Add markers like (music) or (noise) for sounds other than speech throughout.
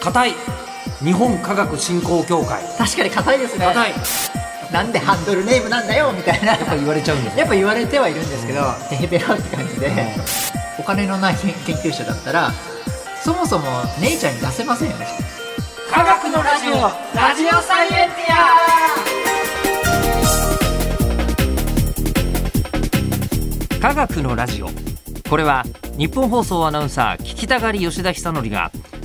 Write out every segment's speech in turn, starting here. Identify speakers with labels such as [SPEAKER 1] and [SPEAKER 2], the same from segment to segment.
[SPEAKER 1] 硬い日本科学振興協会
[SPEAKER 2] 確かに硬いですね
[SPEAKER 1] 硬い
[SPEAKER 2] なんでハンドルネームなんだよみたいなやっ
[SPEAKER 1] ぱ言われちゃうんです
[SPEAKER 2] やっぱ言われてはいるんですけどてへぺらって感じで、お金のない研研究者だったらそもそも姉ちゃんに出せませんよね
[SPEAKER 1] 科学のラジオラジオサイエンティア科学のラジオこれは日本放送アナウンサー聞きたがり吉田久典が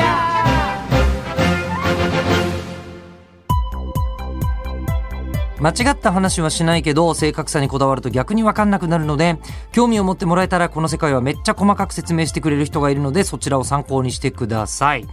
[SPEAKER 1] ア間違った話はしないけど正確さにこだわると逆に分かんなくなるので興味を持ってもらえたらこの世界はめっちゃ細かく説明してくれる人がいるのでそちらを参考にしてください。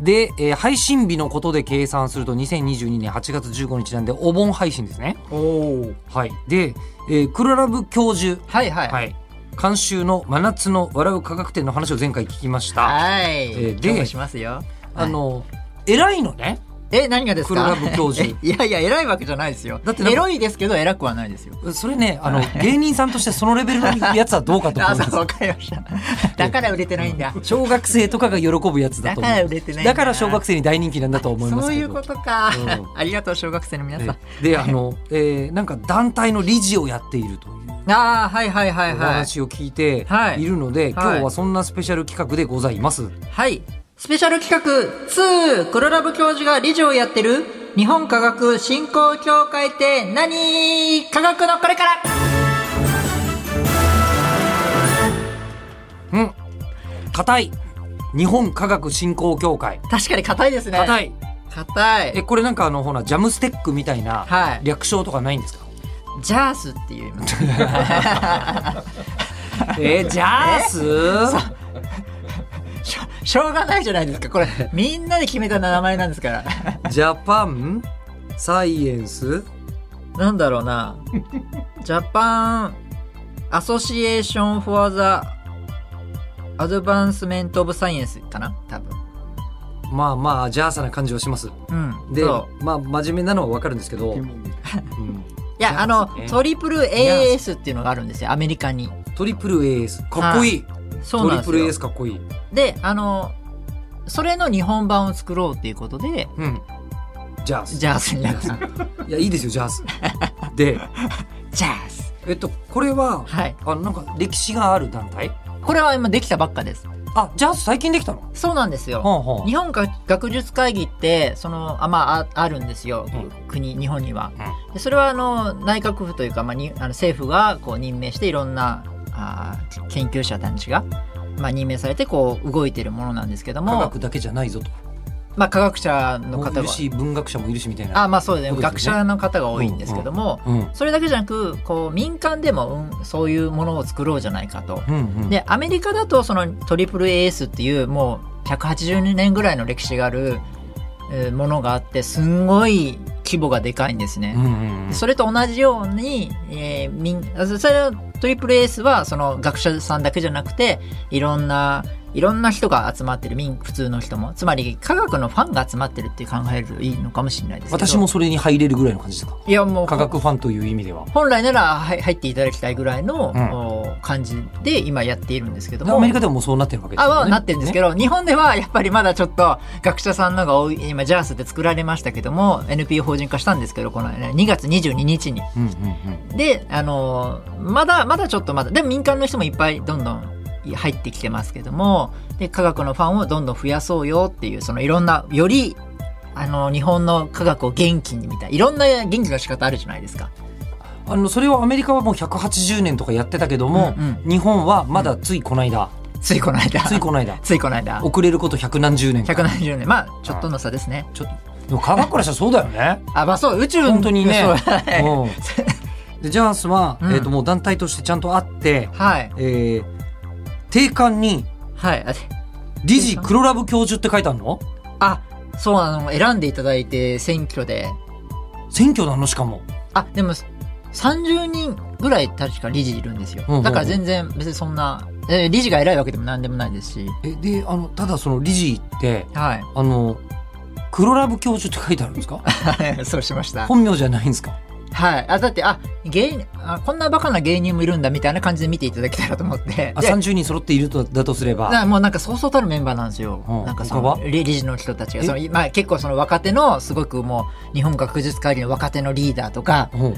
[SPEAKER 1] で、えー配信日のことで計算すると2022年8月15日なんでお盆配信ですね。
[SPEAKER 2] おお
[SPEAKER 1] はい、で、えー、クロラブ教授、
[SPEAKER 2] はいはいは、
[SPEAKER 1] はいい、監修の「真夏の笑う科学展」の話を前回聞きました。
[SPEAKER 2] はい
[SPEAKER 1] ーで
[SPEAKER 2] 今日もしますよ
[SPEAKER 1] あの、偉いのね。
[SPEAKER 2] え何がですか
[SPEAKER 1] 黒ラブ教授
[SPEAKER 2] (laughs) いやいや偉いわけじゃないですよ
[SPEAKER 1] だってなん
[SPEAKER 2] エ
[SPEAKER 1] か
[SPEAKER 2] ロいですけど偉くはないですよ
[SPEAKER 1] それね、あの、芸人さんとしてそのレベルのやつはどうかと思
[SPEAKER 2] あ
[SPEAKER 1] うんです
[SPEAKER 2] そう
[SPEAKER 1] よ。
[SPEAKER 2] わかりました
[SPEAKER 1] (laughs)
[SPEAKER 2] だから売れてないんだ
[SPEAKER 1] 小学生とかが喜ぶやつだと思う。
[SPEAKER 2] だから売れてないんだ
[SPEAKER 1] だから小学生に大人気なんだと思います
[SPEAKER 2] そう
[SPEAKER 1] け
[SPEAKER 2] い
[SPEAKER 1] ど。
[SPEAKER 2] うことか、
[SPEAKER 1] う
[SPEAKER 2] ありがとう小学生の皆さん、
[SPEAKER 1] えで、あの、えーなんか団体の理事をやっているという。
[SPEAKER 2] ああはいはいはい
[SPEAKER 1] お
[SPEAKER 2] はい
[SPEAKER 1] 話を聞いて
[SPEAKER 2] はい
[SPEAKER 1] いるので、今
[SPEAKER 2] は
[SPEAKER 1] 日
[SPEAKER 2] い
[SPEAKER 1] はそんなスペシャル企画でございます。
[SPEAKER 2] はいスペシャル企画2黒ラブ教授が理事をやってる日本科学振興協会って何科学のこれから
[SPEAKER 1] うん。硬い。日本科学振興協会。
[SPEAKER 2] 確かに硬いですね
[SPEAKER 1] 硬
[SPEAKER 2] い
[SPEAKER 1] い。
[SPEAKER 2] 硬
[SPEAKER 1] え、
[SPEAKER 2] い
[SPEAKER 1] これなんかあの、ほら、ジャムステックみたいな
[SPEAKER 2] はい
[SPEAKER 1] 略称とかないん
[SPEAKER 2] (laughs)
[SPEAKER 1] ですか、
[SPEAKER 2] ジャースっていう今
[SPEAKER 1] えー、ジャース
[SPEAKER 2] しょしょうがないじゃないですか
[SPEAKER 1] (laughs)
[SPEAKER 2] これみんなで決めた名前なんですから
[SPEAKER 1] ジャパンサイエンス
[SPEAKER 2] なんだろうなジャパンアソシエーション・フォア・ザ・アドバンスメント・オブ・サイエンスかな多分
[SPEAKER 1] まあまあジャーサな感じはします
[SPEAKER 2] うん
[SPEAKER 1] で
[SPEAKER 2] そう
[SPEAKER 1] まあ真面目なのはわかるんですけど、うん
[SPEAKER 2] いや、あの
[SPEAKER 1] そうですね、
[SPEAKER 2] トリプル AS っていうのがあるんですよ、アメリカに。
[SPEAKER 1] トリプル AS かっこいい
[SPEAKER 2] そう
[SPEAKER 1] ト
[SPEAKER 2] な
[SPEAKER 1] リ
[SPEAKER 2] んです
[SPEAKER 1] プ
[SPEAKER 2] よ。
[SPEAKER 1] ル AS かっこいい、
[SPEAKER 2] で、あの、それの日本版を作ろうっていうことで、
[SPEAKER 1] うん、ジャース
[SPEAKER 2] ジャー
[SPEAKER 1] (laughs)
[SPEAKER 2] スになった。
[SPEAKER 1] いやいいですよジャー
[SPEAKER 2] (laughs)
[SPEAKER 1] スで
[SPEAKER 2] ジャース。
[SPEAKER 1] えっとこれは
[SPEAKER 2] はい。
[SPEAKER 1] あなんか歴史がある団体
[SPEAKER 2] これは今できたばっかです。
[SPEAKER 1] あジャース最近できたの
[SPEAKER 2] そうなんですよ。
[SPEAKER 1] はあは
[SPEAKER 2] 日本学術会議って、その、あ、まあ、ああるんですよ
[SPEAKER 1] うん。
[SPEAKER 2] 国、日本には。でそれは、あの、内閣府というか、まあ、にあの政府が、こう、任命して、いろんな、あー研究者たちが、まあ、任命されて、こう、動いてるものなんですけど
[SPEAKER 1] あ科
[SPEAKER 2] も、
[SPEAKER 1] 学だけじゃないぞと
[SPEAKER 2] まあ、科学者の
[SPEAKER 1] もうい
[SPEAKER 2] 方
[SPEAKER 1] る
[SPEAKER 2] が、
[SPEAKER 1] し文学者もいるしみたいな
[SPEAKER 2] あまあそうです
[SPEAKER 1] そう
[SPEAKER 2] ね
[SPEAKER 1] ですね
[SPEAKER 2] 学者の方が多いんですけども、
[SPEAKER 1] うん
[SPEAKER 2] それだけじゃなくこう民間でも、うん、そういうものを作ろうじゃないかと。
[SPEAKER 1] うんうん
[SPEAKER 2] でアメリカだとその AAAS っていうもう180年ぐらいの歴史があるえーものがあってすんごい規模がでかいんです
[SPEAKER 1] うん
[SPEAKER 2] ね。
[SPEAKER 1] うんうん
[SPEAKER 2] それと同じように、えー、民あそそれは AAAS はその学者さんだけじゃなくていろんないろんな人が集まってる民普通の人もつまり科学のファンが集まってるって考えるといいのかもしれないですけど
[SPEAKER 1] 私もそれに入れるぐらいの感じですか
[SPEAKER 2] いやもう
[SPEAKER 1] 科学ファンという意味では
[SPEAKER 2] 本来ならはい入っていただきたいぐらいの、
[SPEAKER 1] うん
[SPEAKER 2] お感じで今やっているんですけども
[SPEAKER 1] アメリカでももうそうなってるわけです
[SPEAKER 2] あ
[SPEAKER 1] よ
[SPEAKER 2] は
[SPEAKER 1] ね。
[SPEAKER 2] なってるんですけ
[SPEAKER 1] ね
[SPEAKER 2] ど、日本ではやっぱりまだちょっと学者さんのが多い今 JAS って作られましたけども NPO 法人化したんですけどこの、ね、2月22日に
[SPEAKER 1] うんうんうん
[SPEAKER 2] であのーまだまだちょっとまだでも民間の人もいっぱいどんどん入ってきてますけどもで科学のファンをどんどん増やそうよっていうそのいろんなよりあの日本の科学を元気にみたいいろんな元気の仕方あるじゃないですか。
[SPEAKER 1] あのそれをアメリカはもう180年とかやってたけども、
[SPEAKER 2] うん
[SPEAKER 1] 日本はまだついこの間、
[SPEAKER 2] ついこの間
[SPEAKER 1] ついこの間
[SPEAKER 2] ついこの間
[SPEAKER 1] 遅れること百何十年か
[SPEAKER 2] 170年まあちょっとの差ですね
[SPEAKER 1] ちょっとでも科学からしたらそうだよ
[SPEAKER 2] (laughs)
[SPEAKER 1] ね
[SPEAKER 2] あまあそう宇宙
[SPEAKER 1] 本当にね
[SPEAKER 2] そうはい
[SPEAKER 1] うんでジャースは、
[SPEAKER 2] うん
[SPEAKER 1] えー、ともう団体としてちゃんとあって、
[SPEAKER 2] はい
[SPEAKER 1] えー定款に
[SPEAKER 2] はい
[SPEAKER 1] 理事黒ラブ教授って書いてあるの
[SPEAKER 2] あそうなの選んでいただいて選挙で
[SPEAKER 1] 選挙なのしかも
[SPEAKER 2] あでも30人ぐらい確か理事いるんですよ
[SPEAKER 1] うんうんうん
[SPEAKER 2] だから全然別にそんなえー理事が偉いわけでも何でもないですし、
[SPEAKER 1] えであのただその理事って
[SPEAKER 2] はい
[SPEAKER 1] あの黒ラブ教授って書いてあるんです
[SPEAKER 2] (laughs)
[SPEAKER 1] か
[SPEAKER 2] はい、そうしました。
[SPEAKER 1] 本名じゃないんですか
[SPEAKER 2] はい。あ、だって、あ、芸人、あこんなバカな芸人もいるんだみたいな感じで見ていただけたらと思って。
[SPEAKER 1] あ
[SPEAKER 2] で
[SPEAKER 1] 30人揃っているとだとすれ
[SPEAKER 2] だか
[SPEAKER 1] ば
[SPEAKER 2] らもうなんかそうそうたるメンバーなんですよ。
[SPEAKER 1] うん
[SPEAKER 2] なんかそ
[SPEAKER 1] 他
[SPEAKER 2] の
[SPEAKER 1] は
[SPEAKER 2] 理理事の人たちが
[SPEAKER 1] え
[SPEAKER 2] その、まあ、結構その若手のすごくもう日本学術会議の若手のリーダーとか、
[SPEAKER 1] うん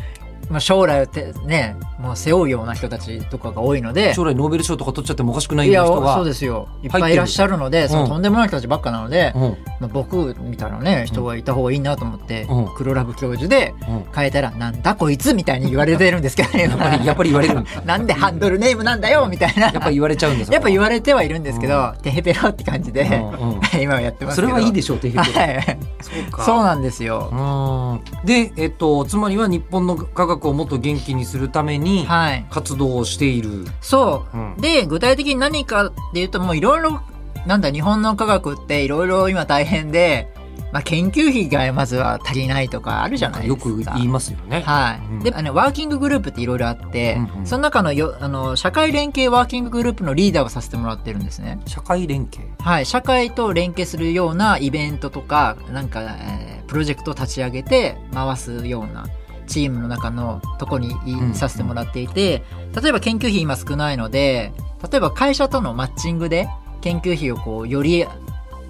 [SPEAKER 2] まあ、将来をてねもう背負うような人たちとかが多いので
[SPEAKER 1] 将来ノーベル賞とか取っちゃってもおかしくない
[SPEAKER 2] い
[SPEAKER 1] よう
[SPEAKER 2] や
[SPEAKER 1] な人
[SPEAKER 2] お
[SPEAKER 1] が
[SPEAKER 2] そうですよいっぱいいらっしゃるの
[SPEAKER 1] 入
[SPEAKER 2] で
[SPEAKER 1] ってる
[SPEAKER 2] その
[SPEAKER 1] うん
[SPEAKER 2] とんでもない人たちばっかなので、
[SPEAKER 1] うん
[SPEAKER 2] まあ、僕みたいなね人がいた方がいいなと思って、
[SPEAKER 1] うん
[SPEAKER 2] 黒ラブ教授で
[SPEAKER 1] うん
[SPEAKER 2] 変えたら「なんだこいつ」みたいに言われてるんですけ
[SPEAKER 1] (laughs)
[SPEAKER 2] どね
[SPEAKER 1] やっぱりやっぱり言われるんだ
[SPEAKER 2] なんでハンドルネームなんだよみたいな
[SPEAKER 1] (laughs) やっぱ言われちゃうんです
[SPEAKER 2] やっぱ言
[SPEAKER 1] わ
[SPEAKER 2] われてはいるんですけど、テヘペロって感じで、
[SPEAKER 1] うんうん
[SPEAKER 2] (laughs) 今はやってます
[SPEAKER 1] そ
[SPEAKER 2] けど
[SPEAKER 1] れはいいで
[SPEAKER 2] し
[SPEAKER 1] しょうっていう
[SPEAKER 2] ょ
[SPEAKER 1] ことで
[SPEAKER 2] そうそうなんですよ、
[SPEAKER 1] うんでえっとつまりは日本の科学をもっと元気にするために
[SPEAKER 2] はい
[SPEAKER 1] 活動をしている、
[SPEAKER 2] そうう、
[SPEAKER 1] ん
[SPEAKER 2] で具体的に何かっていうともういろいろなんだ日本の科学っていろいろ今大変で、まあ、研究費がまずは足りないとかあるじゃないです
[SPEAKER 1] よ
[SPEAKER 2] か
[SPEAKER 1] く言いますよね。
[SPEAKER 2] はい、
[SPEAKER 1] うん
[SPEAKER 2] であのワーキンググループっていろいろあって、
[SPEAKER 1] うんうん
[SPEAKER 2] その中のよあの社会連携ワーキンググループのリーダーをさせてもらってるんですね
[SPEAKER 1] 社会連携
[SPEAKER 2] はい、社会と連携するようなイベントとかなんか、えープロジェクトを立ち上げて回すようなチームの中のとこにい
[SPEAKER 1] うん
[SPEAKER 2] させてもらっていて例えば研究費今少ないので例えば会社とのマッチングで研究費をこうより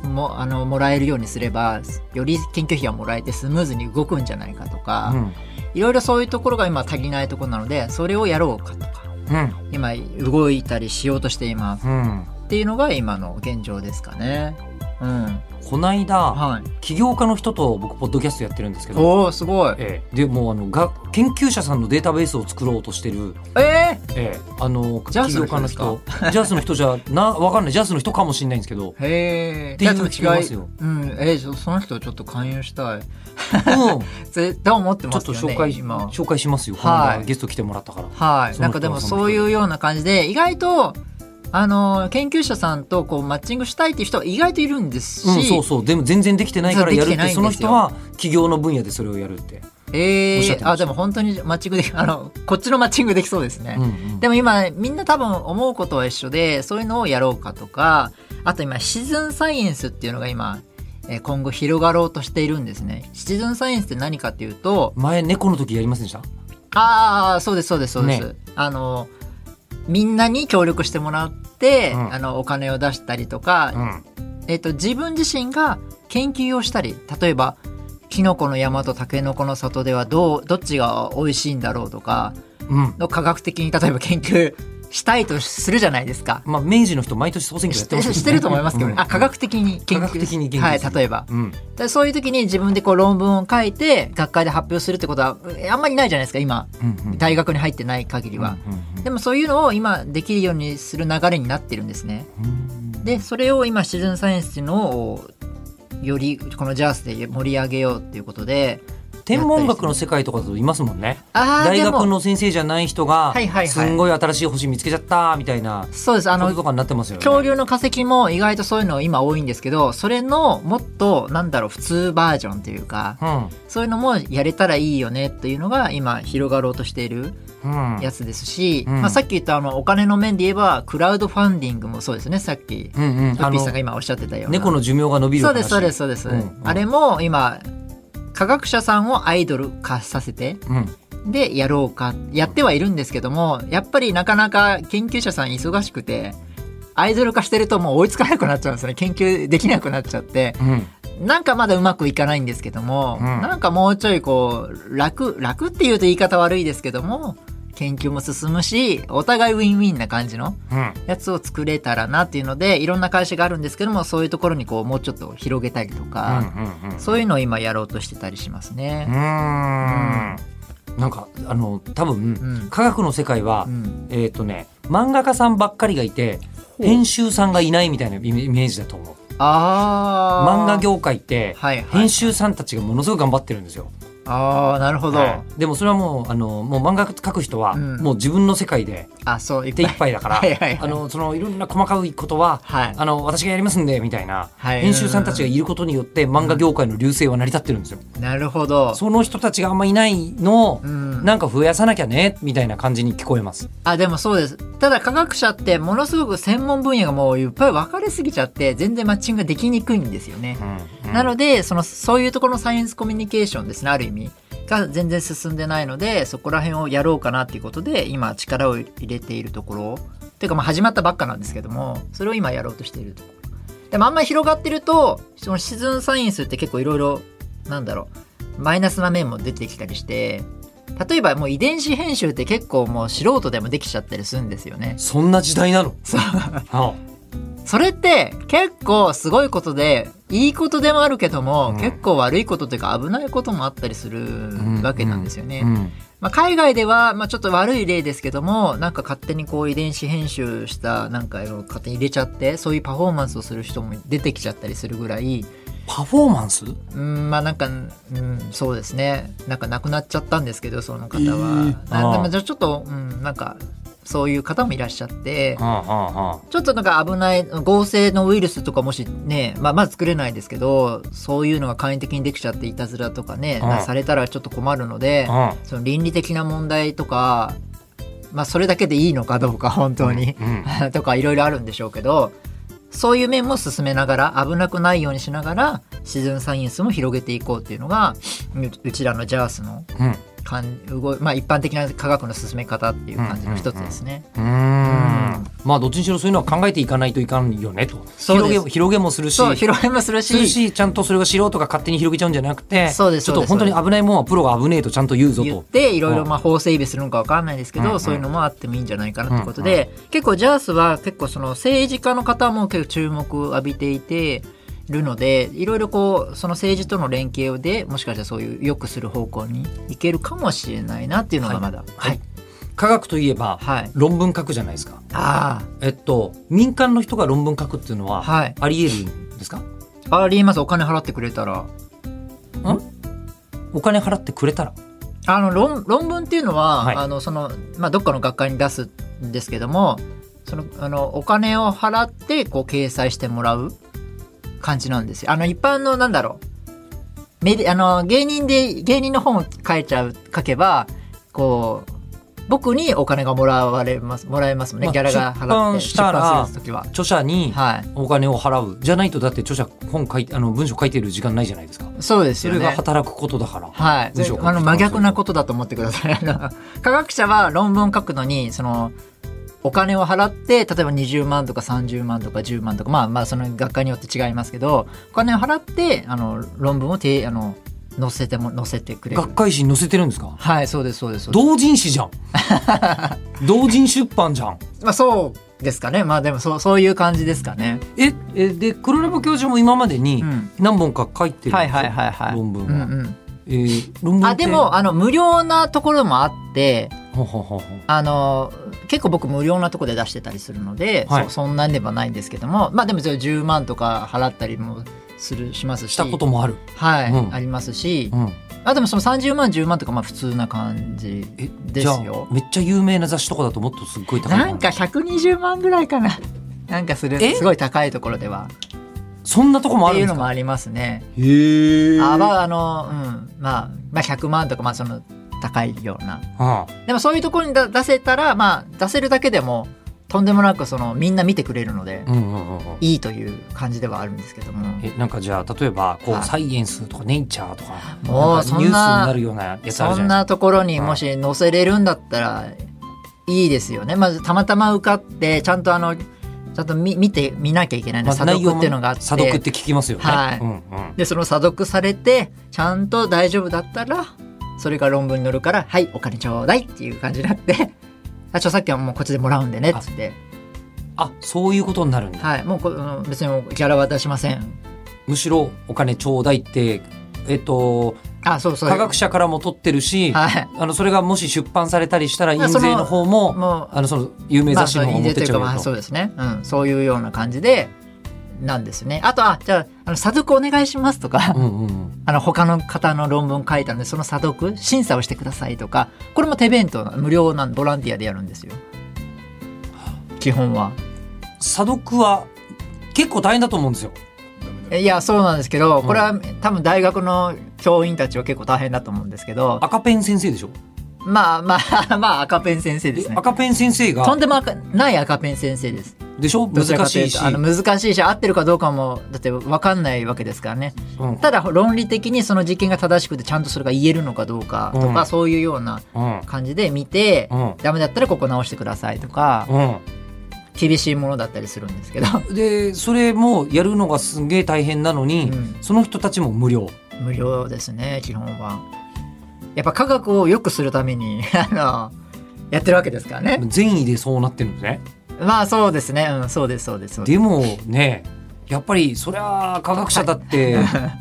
[SPEAKER 2] もあのもらえるようにすればより研究費がもらえてスムーズに動くんじゃないかとか、
[SPEAKER 1] うん
[SPEAKER 2] いろいろそういうところが今足りないところなのでそれをやろうかとか
[SPEAKER 1] うん
[SPEAKER 2] 今動いたりしようとしています。
[SPEAKER 1] うん
[SPEAKER 2] っていうのが今の現状ですかね。うん。
[SPEAKER 1] こないだ
[SPEAKER 2] はい。
[SPEAKER 1] 起業家の人と僕ポッドキャストやってるんですけど、
[SPEAKER 2] おお、すごい。
[SPEAKER 1] ええ、でもうあのが研究者さんのデータベースを作ろうとしてる、
[SPEAKER 2] え
[SPEAKER 1] ええ、あの
[SPEAKER 2] ジャ
[SPEAKER 1] 起
[SPEAKER 2] ス
[SPEAKER 1] 業
[SPEAKER 2] の人
[SPEAKER 1] 家
[SPEAKER 2] で
[SPEAKER 1] の
[SPEAKER 2] すか
[SPEAKER 1] 人ジャスの人じゃなわかんないジャスの人かもしれないんですけど
[SPEAKER 2] ー、へえ。
[SPEAKER 1] っていうの聞きます
[SPEAKER 2] いや
[SPEAKER 1] よ。
[SPEAKER 2] でも違いうん。えー、ちょその人ちょっと勧誘した
[SPEAKER 1] う
[SPEAKER 2] い。 (laughs)
[SPEAKER 1] ん
[SPEAKER 2] 絶対思って
[SPEAKER 1] ちょ
[SPEAKER 2] ま
[SPEAKER 1] っ
[SPEAKER 2] す
[SPEAKER 1] と
[SPEAKER 2] よね。
[SPEAKER 1] 紹介
[SPEAKER 2] 今。
[SPEAKER 1] 紹介しますよ、
[SPEAKER 2] はい
[SPEAKER 1] この間ゲスト来てもらったから。
[SPEAKER 2] はい。
[SPEAKER 1] その人
[SPEAKER 2] なんかでもそういうような感じで、意外と、あのー、研究者さんとこうマッチングしたいっていう人は意外といるんですし、
[SPEAKER 1] うん、そうそうでも全然できてないからやるって
[SPEAKER 2] そうできてないんです
[SPEAKER 1] そ
[SPEAKER 2] よ
[SPEAKER 1] の人は企業の分野でそれをやるって、
[SPEAKER 2] え
[SPEAKER 1] おっしゃってま
[SPEAKER 2] え
[SPEAKER 1] した
[SPEAKER 2] あ、でも本当にマッチングでき、あの、こっちのマッチングできそうですね。
[SPEAKER 1] うんうん
[SPEAKER 2] でも今みんな多分思うことは一緒でそういうのをやろうかとかあと今シチズンサイエンスっていうのが今、えー今後広がろうとしているんですね。シチズンサイエンスって何かっていうと
[SPEAKER 1] 前猫の時やりませんでした
[SPEAKER 2] ああそうですそうですそうです。
[SPEAKER 1] ね
[SPEAKER 2] あのみんなに協力してもらって、
[SPEAKER 1] うん
[SPEAKER 2] あのお金を出したりとか、
[SPEAKER 1] ん
[SPEAKER 2] えっと自分自身が研究をしたり例えばキノコの山とタケノコの里ではどうどっちが美味しいんだろうとか
[SPEAKER 1] うん
[SPEAKER 2] の科学的に例えば研究したいとするじゃないですか。
[SPEAKER 1] まあ明治の人毎年総選挙や
[SPEAKER 2] し
[SPEAKER 1] ってますよ
[SPEAKER 2] て
[SPEAKER 1] ね
[SPEAKER 2] してると思いますけどね。
[SPEAKER 1] うん
[SPEAKER 2] あ、科学的に研究。
[SPEAKER 1] 科学的に研究
[SPEAKER 2] はい、
[SPEAKER 1] する
[SPEAKER 2] 例えば。
[SPEAKER 1] うん
[SPEAKER 2] でそういう時に自分でこう論文を書いて、学会で発表するってことは、えあんまりないじゃないですか、今。
[SPEAKER 1] うんうん
[SPEAKER 2] 大学に入ってない限りは。
[SPEAKER 1] うんうんうん
[SPEAKER 2] でもそういうのを今できるようにする流れになってるんですね。
[SPEAKER 1] うん
[SPEAKER 2] で、それを今、シチズンサイエンスっていうのを、よりこのジャースで盛り上げようっていうことで、
[SPEAKER 1] 天文学の世界とかだといますもんね
[SPEAKER 2] ああ、
[SPEAKER 1] 大
[SPEAKER 2] で
[SPEAKER 1] 学
[SPEAKER 2] も、
[SPEAKER 1] の先生じゃない人が
[SPEAKER 2] はいはいはい
[SPEAKER 1] すんごい新しい星見つけちゃったみたいな
[SPEAKER 2] そうです。あ
[SPEAKER 1] こ
[SPEAKER 2] の
[SPEAKER 1] と、とかになってますよね
[SPEAKER 2] 恐竜の化石も意外とそういうの今多いんですけどそれのもっとなんだろう普通バージョンというか
[SPEAKER 1] うん
[SPEAKER 2] そういうのもやれたらいいよねっていうのが今広がろうとしている
[SPEAKER 1] うん
[SPEAKER 2] やつですし、
[SPEAKER 1] うん
[SPEAKER 2] まあ、さっき言ったあのお金の面で言えばクラウドファンディングもそうですねさっき
[SPEAKER 1] うんうん
[SPEAKER 2] フ
[SPEAKER 1] あ
[SPEAKER 2] ッピー
[SPEAKER 1] の
[SPEAKER 2] さんが今おっしゃってたような
[SPEAKER 1] 猫の寿命が伸びる
[SPEAKER 2] そ
[SPEAKER 1] 話
[SPEAKER 2] うですそうですそうです、
[SPEAKER 1] うんうん
[SPEAKER 2] あれも今科学者さんをアイドル化させて
[SPEAKER 1] うん
[SPEAKER 2] でやろうかやってはいるんですけどもやっぱりなかなか研究者さん忙しくてアイドル化してるともう追いつかなくなっちゃうんですよね研究できなくなっちゃって
[SPEAKER 1] うん
[SPEAKER 2] なんかまだうまくいかないんですけども、
[SPEAKER 1] うん
[SPEAKER 2] なんかもうちょいこう楽楽っていうと言い方悪いですけども研究も進むしお互いウィンウィンな感じの
[SPEAKER 1] うん
[SPEAKER 2] やつを作れたらなっていうのでいろんな会社があるんですけどもそういうところにこうもうちょっと広げたりとか、
[SPEAKER 1] うんうん
[SPEAKER 2] そういうのを今やろうとしてたりしますね。
[SPEAKER 1] うんなんかあの多分、
[SPEAKER 2] うん
[SPEAKER 1] 科学の世界は、
[SPEAKER 2] うん
[SPEAKER 1] えっ、とね漫画家さんばっかりがいて
[SPEAKER 2] う
[SPEAKER 1] 編集さんがいないみたいなイメイメージだと思う
[SPEAKER 2] あー
[SPEAKER 1] 漫画業界って、
[SPEAKER 2] はいはい、
[SPEAKER 1] 編集さんたちがものすごい頑張ってるんですよ
[SPEAKER 2] ああなるほど、
[SPEAKER 3] は
[SPEAKER 1] でもそれはもうあのもう漫画描く人は
[SPEAKER 2] うん
[SPEAKER 1] もう自分の世界で
[SPEAKER 2] あそういっぱ
[SPEAKER 1] 手
[SPEAKER 2] い
[SPEAKER 1] いっぱいだから、
[SPEAKER 2] はいはいはい
[SPEAKER 1] あのそのいろんな細かいことは
[SPEAKER 2] はい
[SPEAKER 1] あの私がやりますんでみたいな、
[SPEAKER 2] はい
[SPEAKER 1] 編集さんたちがいることによって漫画業界の流星は成り立ってるんですよ。
[SPEAKER 2] なるほど
[SPEAKER 1] その人たちがあんまいないのを、
[SPEAKER 2] うん
[SPEAKER 1] なんか増やさなきゃねみたいな感じに聞こえます。
[SPEAKER 2] あでもそうですただ科学者ってものすごく専門分野がもういっぱい分かれすぎちゃって全然マッチングができにくいんですよね、なのでそのそういうところのサイエンスコミュニケーションですねある意味が全然進んでないのでそこら辺をやろうかなっていうことで今力を入れているところっていうかまあ始まったばっかなんですけどもそれを今やろうとしているところでもあんまり広がってるとそのシーズンサイエンスって結構いろいろなんだろうマイナスな面も出てきたりして例えばもう遺伝子編集って結構もう素人でもできちゃったりするんですよね
[SPEAKER 1] そんな時代なの。
[SPEAKER 2] そう
[SPEAKER 1] あ
[SPEAKER 2] それって結構すごいことでいいことでもあるけども、
[SPEAKER 1] うん
[SPEAKER 2] 結構悪いことというか危ないこともあったりするわけなんですよね。
[SPEAKER 1] うん
[SPEAKER 2] まあ、海外では、まあ、ちょっと悪い例ですけどもなんか勝手にこう遺伝子編集したなんかを勝手に入れちゃってそういうパフォーマンスをする人も出てきちゃったりするぐらい
[SPEAKER 1] パフォーマンス
[SPEAKER 2] うんまあなんか、うん、そうですねなんか亡くなっちゃったんですけどその方
[SPEAKER 1] え
[SPEAKER 2] は。
[SPEAKER 1] ー
[SPEAKER 2] なんで
[SPEAKER 1] あ
[SPEAKER 2] ま
[SPEAKER 1] あ
[SPEAKER 2] あじゃあちょっと、うん、なんかそういう方もいらっしゃって。
[SPEAKER 1] あああ
[SPEAKER 2] ちょっとなんか危ない合成のウイルスとかもしね、まあ、まず作れないですけどそういうのが簡易的にできちゃっていたずらとかね、
[SPEAKER 1] うん
[SPEAKER 2] なされたらちょっと困るので、
[SPEAKER 1] ああ
[SPEAKER 2] その倫理的な問題とか、まあ、それだけでいいのかどうか本当に、
[SPEAKER 1] うん
[SPEAKER 2] (laughs) とかいろいろあるんでしょうけどそういう面も進めながら危なくないようにしながらシーズンサイエンスも広げていこうっていうのがううちらの JARS の
[SPEAKER 1] うん
[SPEAKER 2] かん動い、まあ、一般的な科学の進め方っていう感じの一つですね。
[SPEAKER 1] うーんまあどっちにしろそういうのは考えていかないといかんよねと
[SPEAKER 2] そうです
[SPEAKER 1] 広げ広げもするし
[SPEAKER 2] そう広げもする
[SPEAKER 1] するしちゃんとそれが素人が勝手に広げちゃうんじゃなくて
[SPEAKER 2] そうです
[SPEAKER 1] ちょっと
[SPEAKER 2] そう
[SPEAKER 1] 本
[SPEAKER 2] です
[SPEAKER 1] 当に危ないもんはプロが危ねえとちゃんと言うぞ
[SPEAKER 2] 言っ
[SPEAKER 1] と。
[SPEAKER 2] ていろいろ
[SPEAKER 1] うん
[SPEAKER 2] まあ法整備するのかわかんないですけど、
[SPEAKER 1] うんうん
[SPEAKER 2] そういうのもあってもいいんじゃないかなってことで、結構ジャースは結構その政治家の方も結構注目を浴びていてるのでいろいろこうその政治との連携でもしかしたらそういう良くする方向にいけるかもしれないなっていうのがまだは
[SPEAKER 1] はいい科学といえば
[SPEAKER 2] はい、
[SPEAKER 1] 論文書くじゃないですか。
[SPEAKER 2] あ
[SPEAKER 1] えっと民間の人が論文書くっていうの
[SPEAKER 2] あ
[SPEAKER 1] は
[SPEAKER 2] はい
[SPEAKER 1] あり得るんですか？
[SPEAKER 2] ありますお金払ってくれたら
[SPEAKER 1] お金払ってくれたら。
[SPEAKER 2] あの論論文っていうのは、
[SPEAKER 1] はい
[SPEAKER 2] あのそのまあ、どっかの学会に出すんですけどもそのあのお金を払ってこう掲載してもらう感じなんですよ。あの一般のなんだろうメディあの芸人で芸人の本を書いちゃう書けばこう僕にお金がもらわれますもらえますもんね、
[SPEAKER 1] まあ
[SPEAKER 2] ギャラが払っ
[SPEAKER 1] 出版
[SPEAKER 2] て
[SPEAKER 1] したら
[SPEAKER 2] 出版する時は。
[SPEAKER 1] 著者に
[SPEAKER 2] はい、
[SPEAKER 1] お金を払うじゃないとだって著者本書いてあの文章書いてる時間ないじゃないですか。
[SPEAKER 2] そうです
[SPEAKER 1] そ
[SPEAKER 2] よ
[SPEAKER 1] れが
[SPEAKER 2] ね。
[SPEAKER 1] 働くことだから。
[SPEAKER 2] はい、
[SPEAKER 1] 文章を書く
[SPEAKER 2] あの真逆なことだと思ってください。あの科学者は論文を書くのにそのお金を払って例えば20万とか30万とか10万とかまあまあその学科によって違いますけどお金を払ってあの論文をてあの載せても載せてくれる。
[SPEAKER 1] 学会誌に載せてるんですか？
[SPEAKER 2] はいそうですそうですそうで
[SPEAKER 1] 同人誌じゃん。 (laughs) 同人出版じゃん。
[SPEAKER 2] す。まあそうですかねまあでもそうそういう感じですかね。
[SPEAKER 1] ええで黒ラボ教授も今までに
[SPEAKER 2] うん
[SPEAKER 1] 何本か書いてるんですよ。
[SPEAKER 2] はいはいはいはい。
[SPEAKER 1] 論文
[SPEAKER 2] うん
[SPEAKER 1] は。
[SPEAKER 2] うん。
[SPEAKER 1] えー論文って
[SPEAKER 2] あで。もあの無料なところもあって。
[SPEAKER 1] ほうほうほうほう
[SPEAKER 2] あの結構僕無料なとこで出してたりするので、
[SPEAKER 1] はい
[SPEAKER 2] そそんなんではないんですけどもまあでもそれ10万とか払ったりもするしますし
[SPEAKER 1] したこともある。
[SPEAKER 2] はい、
[SPEAKER 1] うん
[SPEAKER 2] ありますし、
[SPEAKER 1] うん。
[SPEAKER 2] あでもその30万10万とかまあ普通な感じ
[SPEAKER 1] え
[SPEAKER 2] です
[SPEAKER 1] じゃあ
[SPEAKER 2] よ
[SPEAKER 1] めっちゃ有名な雑誌とかだともっとすっごい高いの
[SPEAKER 2] なんか120万ぐらいかな (laughs) なんかする
[SPEAKER 1] え
[SPEAKER 2] すごい高いところでは
[SPEAKER 1] そんなとこも
[SPEAKER 2] っ
[SPEAKER 1] ある
[SPEAKER 2] て
[SPEAKER 1] ん
[SPEAKER 2] い
[SPEAKER 1] です
[SPEAKER 2] うの
[SPEAKER 1] か
[SPEAKER 2] もありますね
[SPEAKER 1] へえ。
[SPEAKER 2] あまああのうんまあ、まあ100万とかまあその高いような
[SPEAKER 1] あ
[SPEAKER 2] でもそういうところにだ出せたらまあ出せるだけでもとんでもなくそのみんな見てくれるので、
[SPEAKER 1] あ。うんうんうんうん。
[SPEAKER 2] いいという感じではあるんですけども。
[SPEAKER 1] えなんかじゃあ例えばこ
[SPEAKER 2] はいう
[SPEAKER 1] サイエンスとかネイチャーとかな
[SPEAKER 2] もう
[SPEAKER 1] んか
[SPEAKER 2] そんな
[SPEAKER 1] ニュースになるようなやつある
[SPEAKER 2] そ
[SPEAKER 1] じ
[SPEAKER 2] ん
[SPEAKER 1] ゃない
[SPEAKER 2] なところにもし載せれるんだったらいいですよね。まずたまたま受かってちゃんとあのちゃんと見見て見なきゃいけないね。
[SPEAKER 1] ですか。
[SPEAKER 2] 査
[SPEAKER 1] まあ
[SPEAKER 2] 読っていうのがあっ。
[SPEAKER 1] 査読ってて聞きますよね。
[SPEAKER 2] はい
[SPEAKER 1] うんうん。
[SPEAKER 2] でその査読されてちゃんと大丈夫だったらそれが論文に載るからはいお金ちょうだいっていう感じになって (laughs) あ著作権はもうこっちでもらうんでねっつって
[SPEAKER 1] あそういうことになるんだ。
[SPEAKER 2] はいもうこうん別にギャラは出しません
[SPEAKER 1] むしろお金ちょうだいって、えっと、
[SPEAKER 2] あそうそう
[SPEAKER 1] 科学者からも取ってるし、
[SPEAKER 2] はい
[SPEAKER 1] あのそれがもし出版されたりしたら
[SPEAKER 2] まあ
[SPEAKER 1] 印
[SPEAKER 2] その
[SPEAKER 1] 税の方も、
[SPEAKER 2] もう
[SPEAKER 1] あのその有名
[SPEAKER 2] ま
[SPEAKER 1] 雑
[SPEAKER 2] あ
[SPEAKER 1] 誌
[SPEAKER 2] そう
[SPEAKER 1] の方も
[SPEAKER 2] 印
[SPEAKER 1] 持っ
[SPEAKER 2] 税と
[SPEAKER 1] てっ
[SPEAKER 2] いう
[SPEAKER 1] ちゃ
[SPEAKER 2] か
[SPEAKER 1] う
[SPEAKER 2] まあ
[SPEAKER 1] よ
[SPEAKER 2] そ
[SPEAKER 1] と
[SPEAKER 2] うですね、うん、そういうような感じでなんですね。あとあじゃああの査読お願いしますとか、 (laughs)
[SPEAKER 1] うんうん
[SPEAKER 2] あの他の方の論文書いたのでその査読審査をしてくださいとかこれも手弁当な無料なんボランティアでやるんですよ基本は。
[SPEAKER 1] 査読は結構大変だと思うんですよ
[SPEAKER 2] いやそうなんですけど
[SPEAKER 1] うん
[SPEAKER 2] これは、多分大学の教員たちは結構大変だと思うんですけど
[SPEAKER 1] 赤ペン先生でしょ
[SPEAKER 2] まあまあ (laughs) まあ赤ペン先生です
[SPEAKER 1] え
[SPEAKER 2] ね。
[SPEAKER 1] 赤ペン先生
[SPEAKER 2] とん
[SPEAKER 1] が
[SPEAKER 2] でも赤ない赤ペン先生です。
[SPEAKER 1] でしょ
[SPEAKER 2] どち
[SPEAKER 1] 難
[SPEAKER 2] らかと
[SPEAKER 1] し
[SPEAKER 2] い
[SPEAKER 1] いうし
[SPEAKER 2] とあの難しいし合ってるかどうかもだって分かんないわけですからね。
[SPEAKER 1] うん
[SPEAKER 2] ただ論理的にその実験が正しくてちゃんとそれが言えるのかどうかとか、
[SPEAKER 1] うん
[SPEAKER 2] そういうような
[SPEAKER 1] うん
[SPEAKER 2] 感じで見て、
[SPEAKER 1] うん
[SPEAKER 2] ダメだったらここ直してくださいとか、
[SPEAKER 1] うん
[SPEAKER 2] 厳しいものだったりするんですけど、 (laughs)
[SPEAKER 1] でそれもやるのがすげえ大変なのに、
[SPEAKER 2] うん
[SPEAKER 1] その人たちも無料
[SPEAKER 2] 無料ですね基本は。やっぱ科学を良くするために (laughs) あのやってるわけですからね。
[SPEAKER 1] 善意でそうなってるんですね
[SPEAKER 2] まあそうですね、うん、そうですそうですそうで
[SPEAKER 1] で
[SPEAKER 2] す。
[SPEAKER 1] もねやっぱりそりゃあ科学者だ
[SPEAKER 2] (laughs)
[SPEAKER 1] って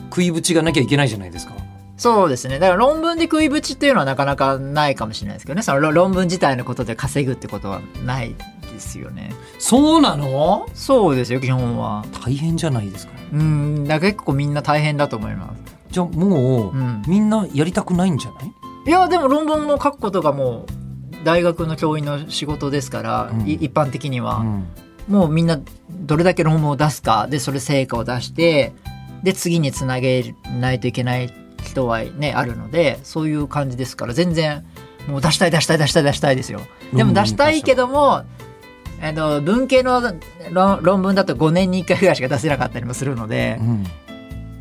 [SPEAKER 1] 食いぶちがなきゃいけないじゃないですか、
[SPEAKER 2] そうですねだから論文で食いぶちっていうのはなかなかないかもしれないですけどねその論論文自体のことで稼ぐってことはないですよね。
[SPEAKER 1] そうなの
[SPEAKER 2] そうですよ基本は。
[SPEAKER 1] 大変じゃないですか
[SPEAKER 2] うん、だから結構みんな大変だと思います。
[SPEAKER 1] じゃあもう、
[SPEAKER 2] うん
[SPEAKER 1] みんなやりたくないんじゃない
[SPEAKER 2] いや、でも論文も書くことがもう、大学の教員の仕事ですから、
[SPEAKER 1] うん
[SPEAKER 2] い一般的には、
[SPEAKER 1] うん
[SPEAKER 2] もうみんなどれだけ論文を出すか、で、それ成果を出して、で、次につなげないといけない人はね、あるので、そういう感じですから、全然、もう出したい出したい出したい出したいですよ。でも出したいけども、あの、文系の論論文だと5年に1回ぐらいしか出せなかったりもするので、
[SPEAKER 1] うん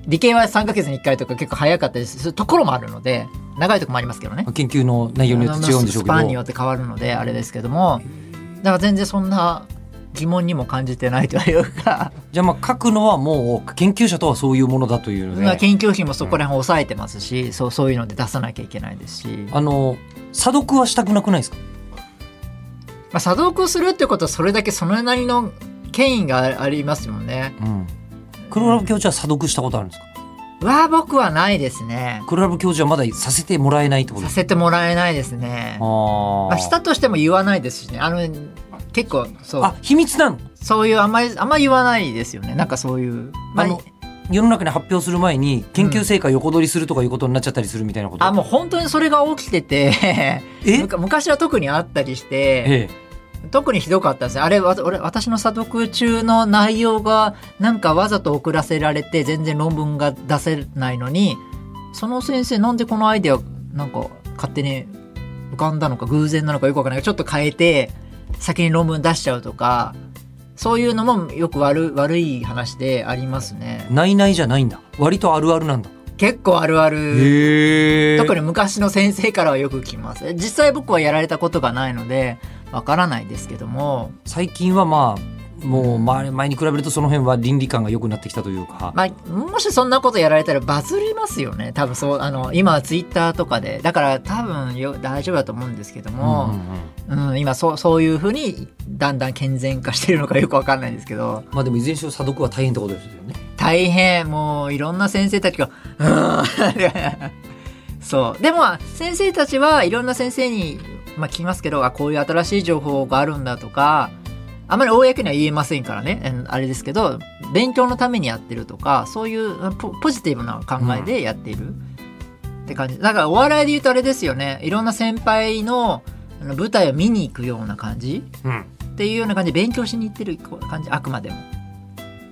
[SPEAKER 2] 理系は3ヶ月に1回とか結構早かったりするところもあるので長いとこもありますけどね
[SPEAKER 1] 研究の内容によって違うんでしょう
[SPEAKER 2] ス
[SPEAKER 1] けど
[SPEAKER 2] パンによって変わるのであれですけどもだから全然そんな疑問にも感じてないというか、
[SPEAKER 1] じゃあまあ書くのはもう研究者とはそういうものだというので、
[SPEAKER 2] まあ研究費もそこら辺抑えてますし、そうそういうので出さなきゃいけないですし、ま
[SPEAKER 1] あの査読はしたくなくないですか
[SPEAKER 2] あ、作動をするってことはそれだけそれなりの権威がありますもんね。
[SPEAKER 1] うん黒ラブ教授は査読したことあるんですか
[SPEAKER 2] は僕はないですね。
[SPEAKER 1] 黒ラブ教授はまださせてもらえないってこと
[SPEAKER 2] さ
[SPEAKER 1] です
[SPEAKER 2] せてもらえないですね。
[SPEAKER 1] あ
[SPEAKER 2] まあ、
[SPEAKER 1] あ
[SPEAKER 2] したとしても言わないですしね。あの結構そう
[SPEAKER 1] あ秘密なの
[SPEAKER 2] そういうあんまりあんまり言わないですよね。なんかそういう、まあ、
[SPEAKER 1] あの世の中に発表する前に研究成果横取りするとかいうことになっちゃったりするみたいなこと、
[SPEAKER 2] あもう本当にそれが起きてて
[SPEAKER 1] え
[SPEAKER 2] むか昔は特にあったりして
[SPEAKER 1] ええ
[SPEAKER 2] 特にひどかったんですよあれわ俺私の査読中の内容がなんかわざと遅らせられて全然論文が出せないのにその先生なんでこのアイデアなんか勝手に浮かんだのか偶然なのかよくわからないけどちょっと変えて先に論文出しちゃうとかそういうのもよく悪悪い話でありますね
[SPEAKER 1] ないないじゃないんだ割とあるあるなんだ
[SPEAKER 2] 結構あるある
[SPEAKER 1] へ
[SPEAKER 2] 特に昔の先生からはよく聞きます実際僕はやられたことがないのでわからないですけども、
[SPEAKER 1] 最近はまあもう前前に比べるとその辺は倫理観が良くなってきたというか、
[SPEAKER 2] まあ、もしそんなことやられたらバズりますよね多分そうあの今はツイッターとかでだから多分よ大丈夫だと思うんですけど
[SPEAKER 1] うんう
[SPEAKER 2] も、
[SPEAKER 1] んうん
[SPEAKER 2] うん今そうそういうふうにだんだん健全化してるのかよくわかんないんですけど
[SPEAKER 1] まあでもいずれにしろ査読は大変ってことですよね
[SPEAKER 2] 大変もういろんな先生たちが「うーん」 (laughs) そうでもまあ先生たちはいろんな先生に、まあ、聞きますけどあこういう新しい情報があるんだとかあまり公には言えませんからねうんあれですけど勉強のためにやってるとかそういうポポジティブな考えでやっている、って感じだからお笑いで言うとあれですよねいろんな先輩のあの舞台を見に行くような感じ
[SPEAKER 1] うん
[SPEAKER 2] っていうような感じで勉強しに行ってる感じあくまでも。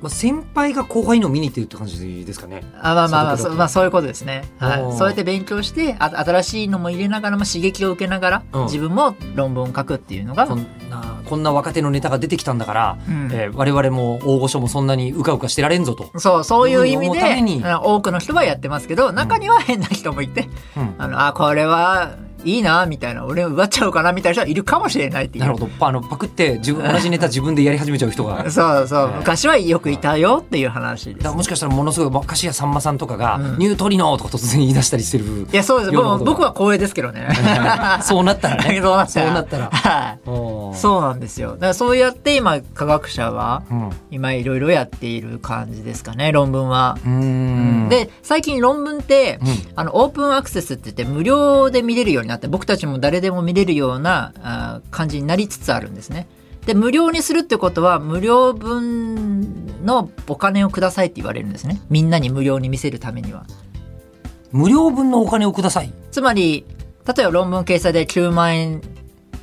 [SPEAKER 1] まあ、先輩が後輩のを見に行ってるって感じですかね
[SPEAKER 2] あまあまあまあ
[SPEAKER 1] そういうことだ
[SPEAKER 2] そうまあそういうことですね、は
[SPEAKER 1] お
[SPEAKER 2] い、
[SPEAKER 1] ー
[SPEAKER 2] そうやって勉強してあ新しいのも入れながら、まあ、刺激を受けながら、
[SPEAKER 1] うん
[SPEAKER 2] 自分も論文を書くっていうのが、
[SPEAKER 1] こんなこんな若手のネタが出てきたんだから、
[SPEAKER 2] うん
[SPEAKER 1] えー我々も大御所もそんなにうかうかしてられんぞと、
[SPEAKER 2] そうそういう意味
[SPEAKER 1] 論文
[SPEAKER 2] で
[SPEAKER 1] のために
[SPEAKER 2] あの多くの人はやってますけど中には変な人もいて、
[SPEAKER 1] うん
[SPEAKER 2] あのあこれはいいなみたいな俺奪っちゃおうかなみたいな人はいるかもしれないってい
[SPEAKER 1] なる
[SPEAKER 2] う。
[SPEAKER 1] ほどパあのパクって自分同じネタ自分でやり始めちゃう人が
[SPEAKER 2] (laughs) そうそう、
[SPEAKER 1] ええ
[SPEAKER 2] 昔はよくいたよっていう話で
[SPEAKER 1] だか
[SPEAKER 2] す
[SPEAKER 1] らもしかしたらものすごいまあ柏さんまさんとかが
[SPEAKER 2] うん
[SPEAKER 1] 「ニュートリノ」とか突然言い出したりしてる、
[SPEAKER 2] いやそうです
[SPEAKER 1] ようなこ
[SPEAKER 2] もう
[SPEAKER 1] とが
[SPEAKER 2] 僕は光栄ですけ
[SPEAKER 1] (laughs)
[SPEAKER 2] どね
[SPEAKER 1] そうなったらね
[SPEAKER 2] (laughs) そうなった
[SPEAKER 1] そう
[SPEAKER 2] ら
[SPEAKER 1] なったら
[SPEAKER 2] はい
[SPEAKER 1] おー
[SPEAKER 2] そうなんですよだからそうやって今科学者は
[SPEAKER 1] うんう
[SPEAKER 2] 今いろいろやっている感じですかね論文は。
[SPEAKER 1] ーん
[SPEAKER 2] で最近論文って、
[SPEAKER 1] うん
[SPEAKER 2] あのオープンアクセスって言って無料で見れるようになって僕たちも誰でも見れるようなあー感じになりつつあるんですね。で無料にするってことは無料分のお金をくださいって言われるんですねみんなに無料に見せるためには
[SPEAKER 1] 無料分のお金をください。
[SPEAKER 2] つまり例えば論文掲載で9万円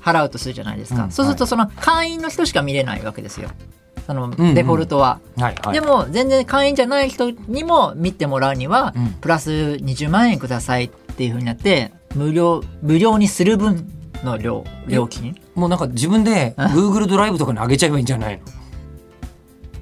[SPEAKER 2] 払うとするじゃないですか、
[SPEAKER 1] うん
[SPEAKER 2] そうすると
[SPEAKER 1] は
[SPEAKER 2] その会員の人しか見れないわけですよそ
[SPEAKER 1] う
[SPEAKER 2] の
[SPEAKER 1] ん
[SPEAKER 2] デフォルトは、
[SPEAKER 1] はいはい。
[SPEAKER 2] でも全然会員じゃない人にも見てもらうには、
[SPEAKER 1] うん
[SPEAKER 2] プラス20万円くださいっていうふうになって無料無料にする分の料料金
[SPEAKER 1] もうなんか自分で Google ドライブとかに上げちゃえばいいんじゃない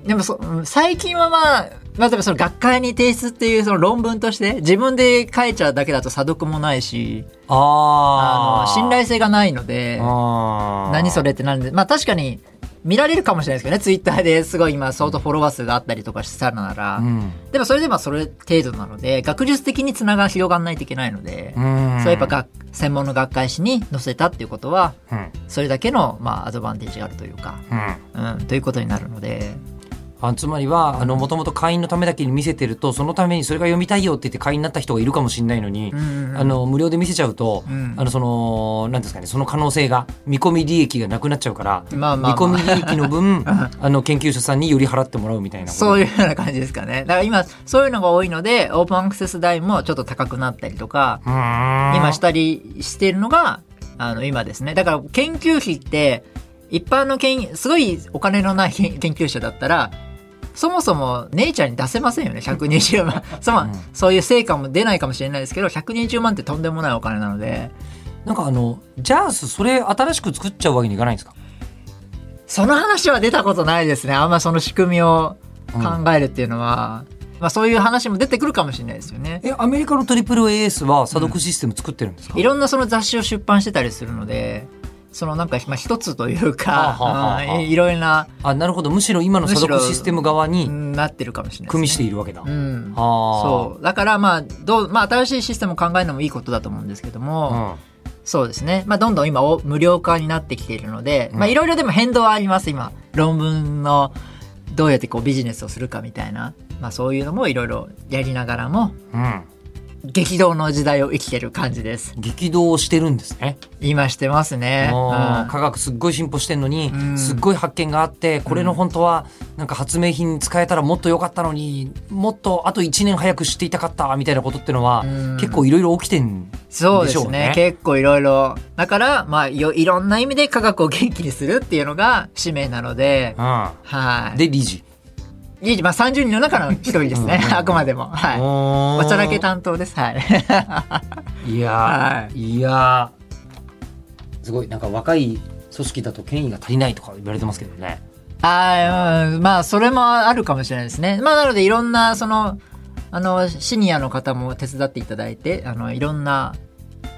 [SPEAKER 1] の
[SPEAKER 2] でもそうん最近はまあ例えばその学会に提出っていうその論文として自分で書いちゃうだけだと査読もないしあ
[SPEAKER 1] あ
[SPEAKER 2] の
[SPEAKER 1] あ。
[SPEAKER 2] 信頼性がないので
[SPEAKER 1] あー
[SPEAKER 2] 何それってなるんでまあ確かに見られるかもしれないですけどねツイッターですごい今相当フォロワー数があったりとかしたなら、
[SPEAKER 1] うん。
[SPEAKER 2] でもそれでもそれ程度なので学術的につながり広がらないといけないので、
[SPEAKER 1] うん。
[SPEAKER 2] そうやっぱ学専門の学会誌に載せたっていうことは
[SPEAKER 1] うん。うん。
[SPEAKER 2] それだけの、まあ、アドバンテージがあるというか、うん、ということになるので
[SPEAKER 1] あつまりは、あの、もともと会員のためだけに見せてると、そのためにそれが読みたいよって言って会員になった人がいるかもしれないのに、
[SPEAKER 2] うん
[SPEAKER 1] あの、無料で見せちゃうと、
[SPEAKER 2] うん
[SPEAKER 1] あの、その、なんですかね、その可能性が、見込み利益がなくなっちゃうから、
[SPEAKER 2] まあまあ、まあ
[SPEAKER 1] 見込み利益の
[SPEAKER 2] (laughs)
[SPEAKER 1] 分、あの、研究者さんにより払ってもらうみたいなこと。
[SPEAKER 2] そういうような感じですかねだから今そういうのが多いのでオープンアクセス代もちょっと高くなったりとか
[SPEAKER 1] うーん
[SPEAKER 2] 今したりしているのがあの今ですねだから研究費って一般の研すごいお金のない (laughs) 研研究者だったらそもそもネイチャーに出せませんよね120万
[SPEAKER 1] (laughs)
[SPEAKER 2] そ,、うそういう成果も出ないかもしれないですけど120万ってとんでもないお金なので
[SPEAKER 1] なんかあの、ジャース、それ新しく作っちゃうわけにいかないんですか
[SPEAKER 2] その話は出たことないですねあんまその仕組みを考えるっていうのは、まあ、そういう話も出てくるかもしれないですよね。
[SPEAKER 1] え、アメリカの AAAS は査読システム作ってるんですか、
[SPEAKER 2] いろんなその雑誌を出版してたりするのでそのなんかまあ一つという
[SPEAKER 1] はあはあは
[SPEAKER 2] か、
[SPEAKER 1] あ
[SPEAKER 2] うんいいろいろな
[SPEAKER 1] あ、なるほど。むしろ今の査読システム側に
[SPEAKER 2] なってるかもしれないですね、
[SPEAKER 1] 組みしているわけだ。
[SPEAKER 2] うん
[SPEAKER 1] ああ。
[SPEAKER 2] そうだからまあどう、まあ、新しいシステムを考えるのもいいことだと思うんですけど
[SPEAKER 1] う
[SPEAKER 2] も、
[SPEAKER 1] ん。
[SPEAKER 2] そうですね、まあ、どんどん今お無料化になってきているので、
[SPEAKER 1] うん
[SPEAKER 2] まあ、いろいろでも変動はあります今論文のどうやってこうビジネスをするかみたいな、まあ、そういうのもいろいろやりながらも
[SPEAKER 1] うん。
[SPEAKER 2] 激動の時代を生きてる感じです
[SPEAKER 1] 激動してるんですね。
[SPEAKER 2] 今してますね、
[SPEAKER 1] もう
[SPEAKER 2] うん
[SPEAKER 1] 科学すっごい進歩してんのに、
[SPEAKER 2] うん
[SPEAKER 1] すっごい発見があって、これの本当はなんか発明品に使えたらもっと良かったのに、もっとあと1年早く知っていたかったみたいなことってのは、
[SPEAKER 2] うん
[SPEAKER 1] 結構いろいろ起きてん。
[SPEAKER 2] そうで
[SPEAKER 1] でし
[SPEAKER 2] す
[SPEAKER 1] ょう
[SPEAKER 2] ね
[SPEAKER 1] ね
[SPEAKER 2] 結構いろいろだからまあよいろんな意味で科学を元気にするっていうのが使命なので、
[SPEAKER 1] うん。
[SPEAKER 2] はい
[SPEAKER 1] で、理事。
[SPEAKER 2] いいまあ、30人の中の一人ですね
[SPEAKER 1] うん
[SPEAKER 2] あくまでもはい
[SPEAKER 1] お
[SPEAKER 2] おちゃらけ担当ですはい (laughs)
[SPEAKER 1] いやー、い、やーすごいなんか若い組織だと権威が足りないとか言われてますけどね。
[SPEAKER 2] あーうんまあそれもあるかもしれないですねまあなのでいろんなそのあのシニアの方も手伝っていただいてあのいろんな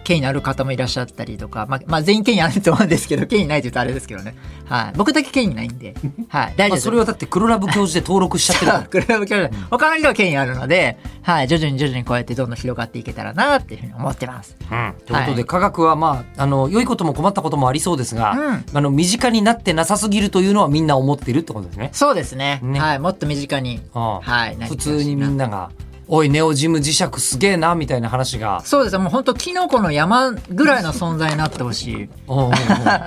[SPEAKER 2] 権威のある方もいらっしゃったりとか、まあ、まあ全員権威あると思うんですけど (laughs) 権威ないって言うとあれですけどね、はい、僕だけ権威ないんで、はい、大
[SPEAKER 1] ま
[SPEAKER 2] 丈夫で
[SPEAKER 1] あ、
[SPEAKER 2] す
[SPEAKER 1] それはだって黒ラブ教授で登録しちゃってるから。
[SPEAKER 2] クラブ教授他の人は権威あるので、はい、徐々に徐々にこうやってどんどん広がっていけたらなっていうふうに思ってます。
[SPEAKER 1] うんということで、
[SPEAKER 2] (laughs) はい
[SPEAKER 1] 科学はまああの良いことも困ったこともありそうですが、
[SPEAKER 2] うん
[SPEAKER 1] あの身近になってなさすぎるというのはみんな思ってるってことですね。
[SPEAKER 2] そうですね。
[SPEAKER 1] ね
[SPEAKER 2] はい、もっと身近に。
[SPEAKER 1] うん
[SPEAKER 2] はい、なっ
[SPEAKER 1] 普
[SPEAKER 2] てほしいな
[SPEAKER 1] 通にみんなが「おいネオジム磁石すげえな」みたいな話
[SPEAKER 2] (laughs)
[SPEAKER 1] が
[SPEAKER 2] そうですね。もう本当キノコの山ぐらいの存在になってほしい。
[SPEAKER 1] うんうん
[SPEAKER 2] (laughs)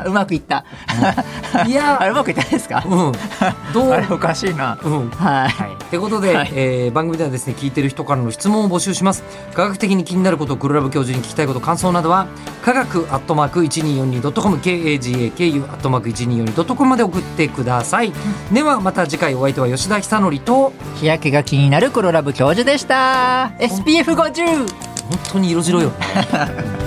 [SPEAKER 2] うまくいった。
[SPEAKER 1] うんい
[SPEAKER 2] あ (laughs) れう
[SPEAKER 1] や
[SPEAKER 2] まくいったですか
[SPEAKER 1] ー、うん、どう
[SPEAKER 2] あれおかしいな。
[SPEAKER 1] うん
[SPEAKER 2] は
[SPEAKER 1] は
[SPEAKER 2] い。
[SPEAKER 1] い、ということで、
[SPEAKER 2] はい
[SPEAKER 1] えー番組ではですね聞いてる人からの質問を募集します科学的に気になること黒ラブ教授に聞きたいこと感想などは科学アットマーク 1242.com kagaku アットマーク 1242.com まで送ってください、ではまた次回お相手は吉田久典と本
[SPEAKER 2] 日焼けが気になる黒ラブ教授でした。SPF50!
[SPEAKER 1] 当に色白いよね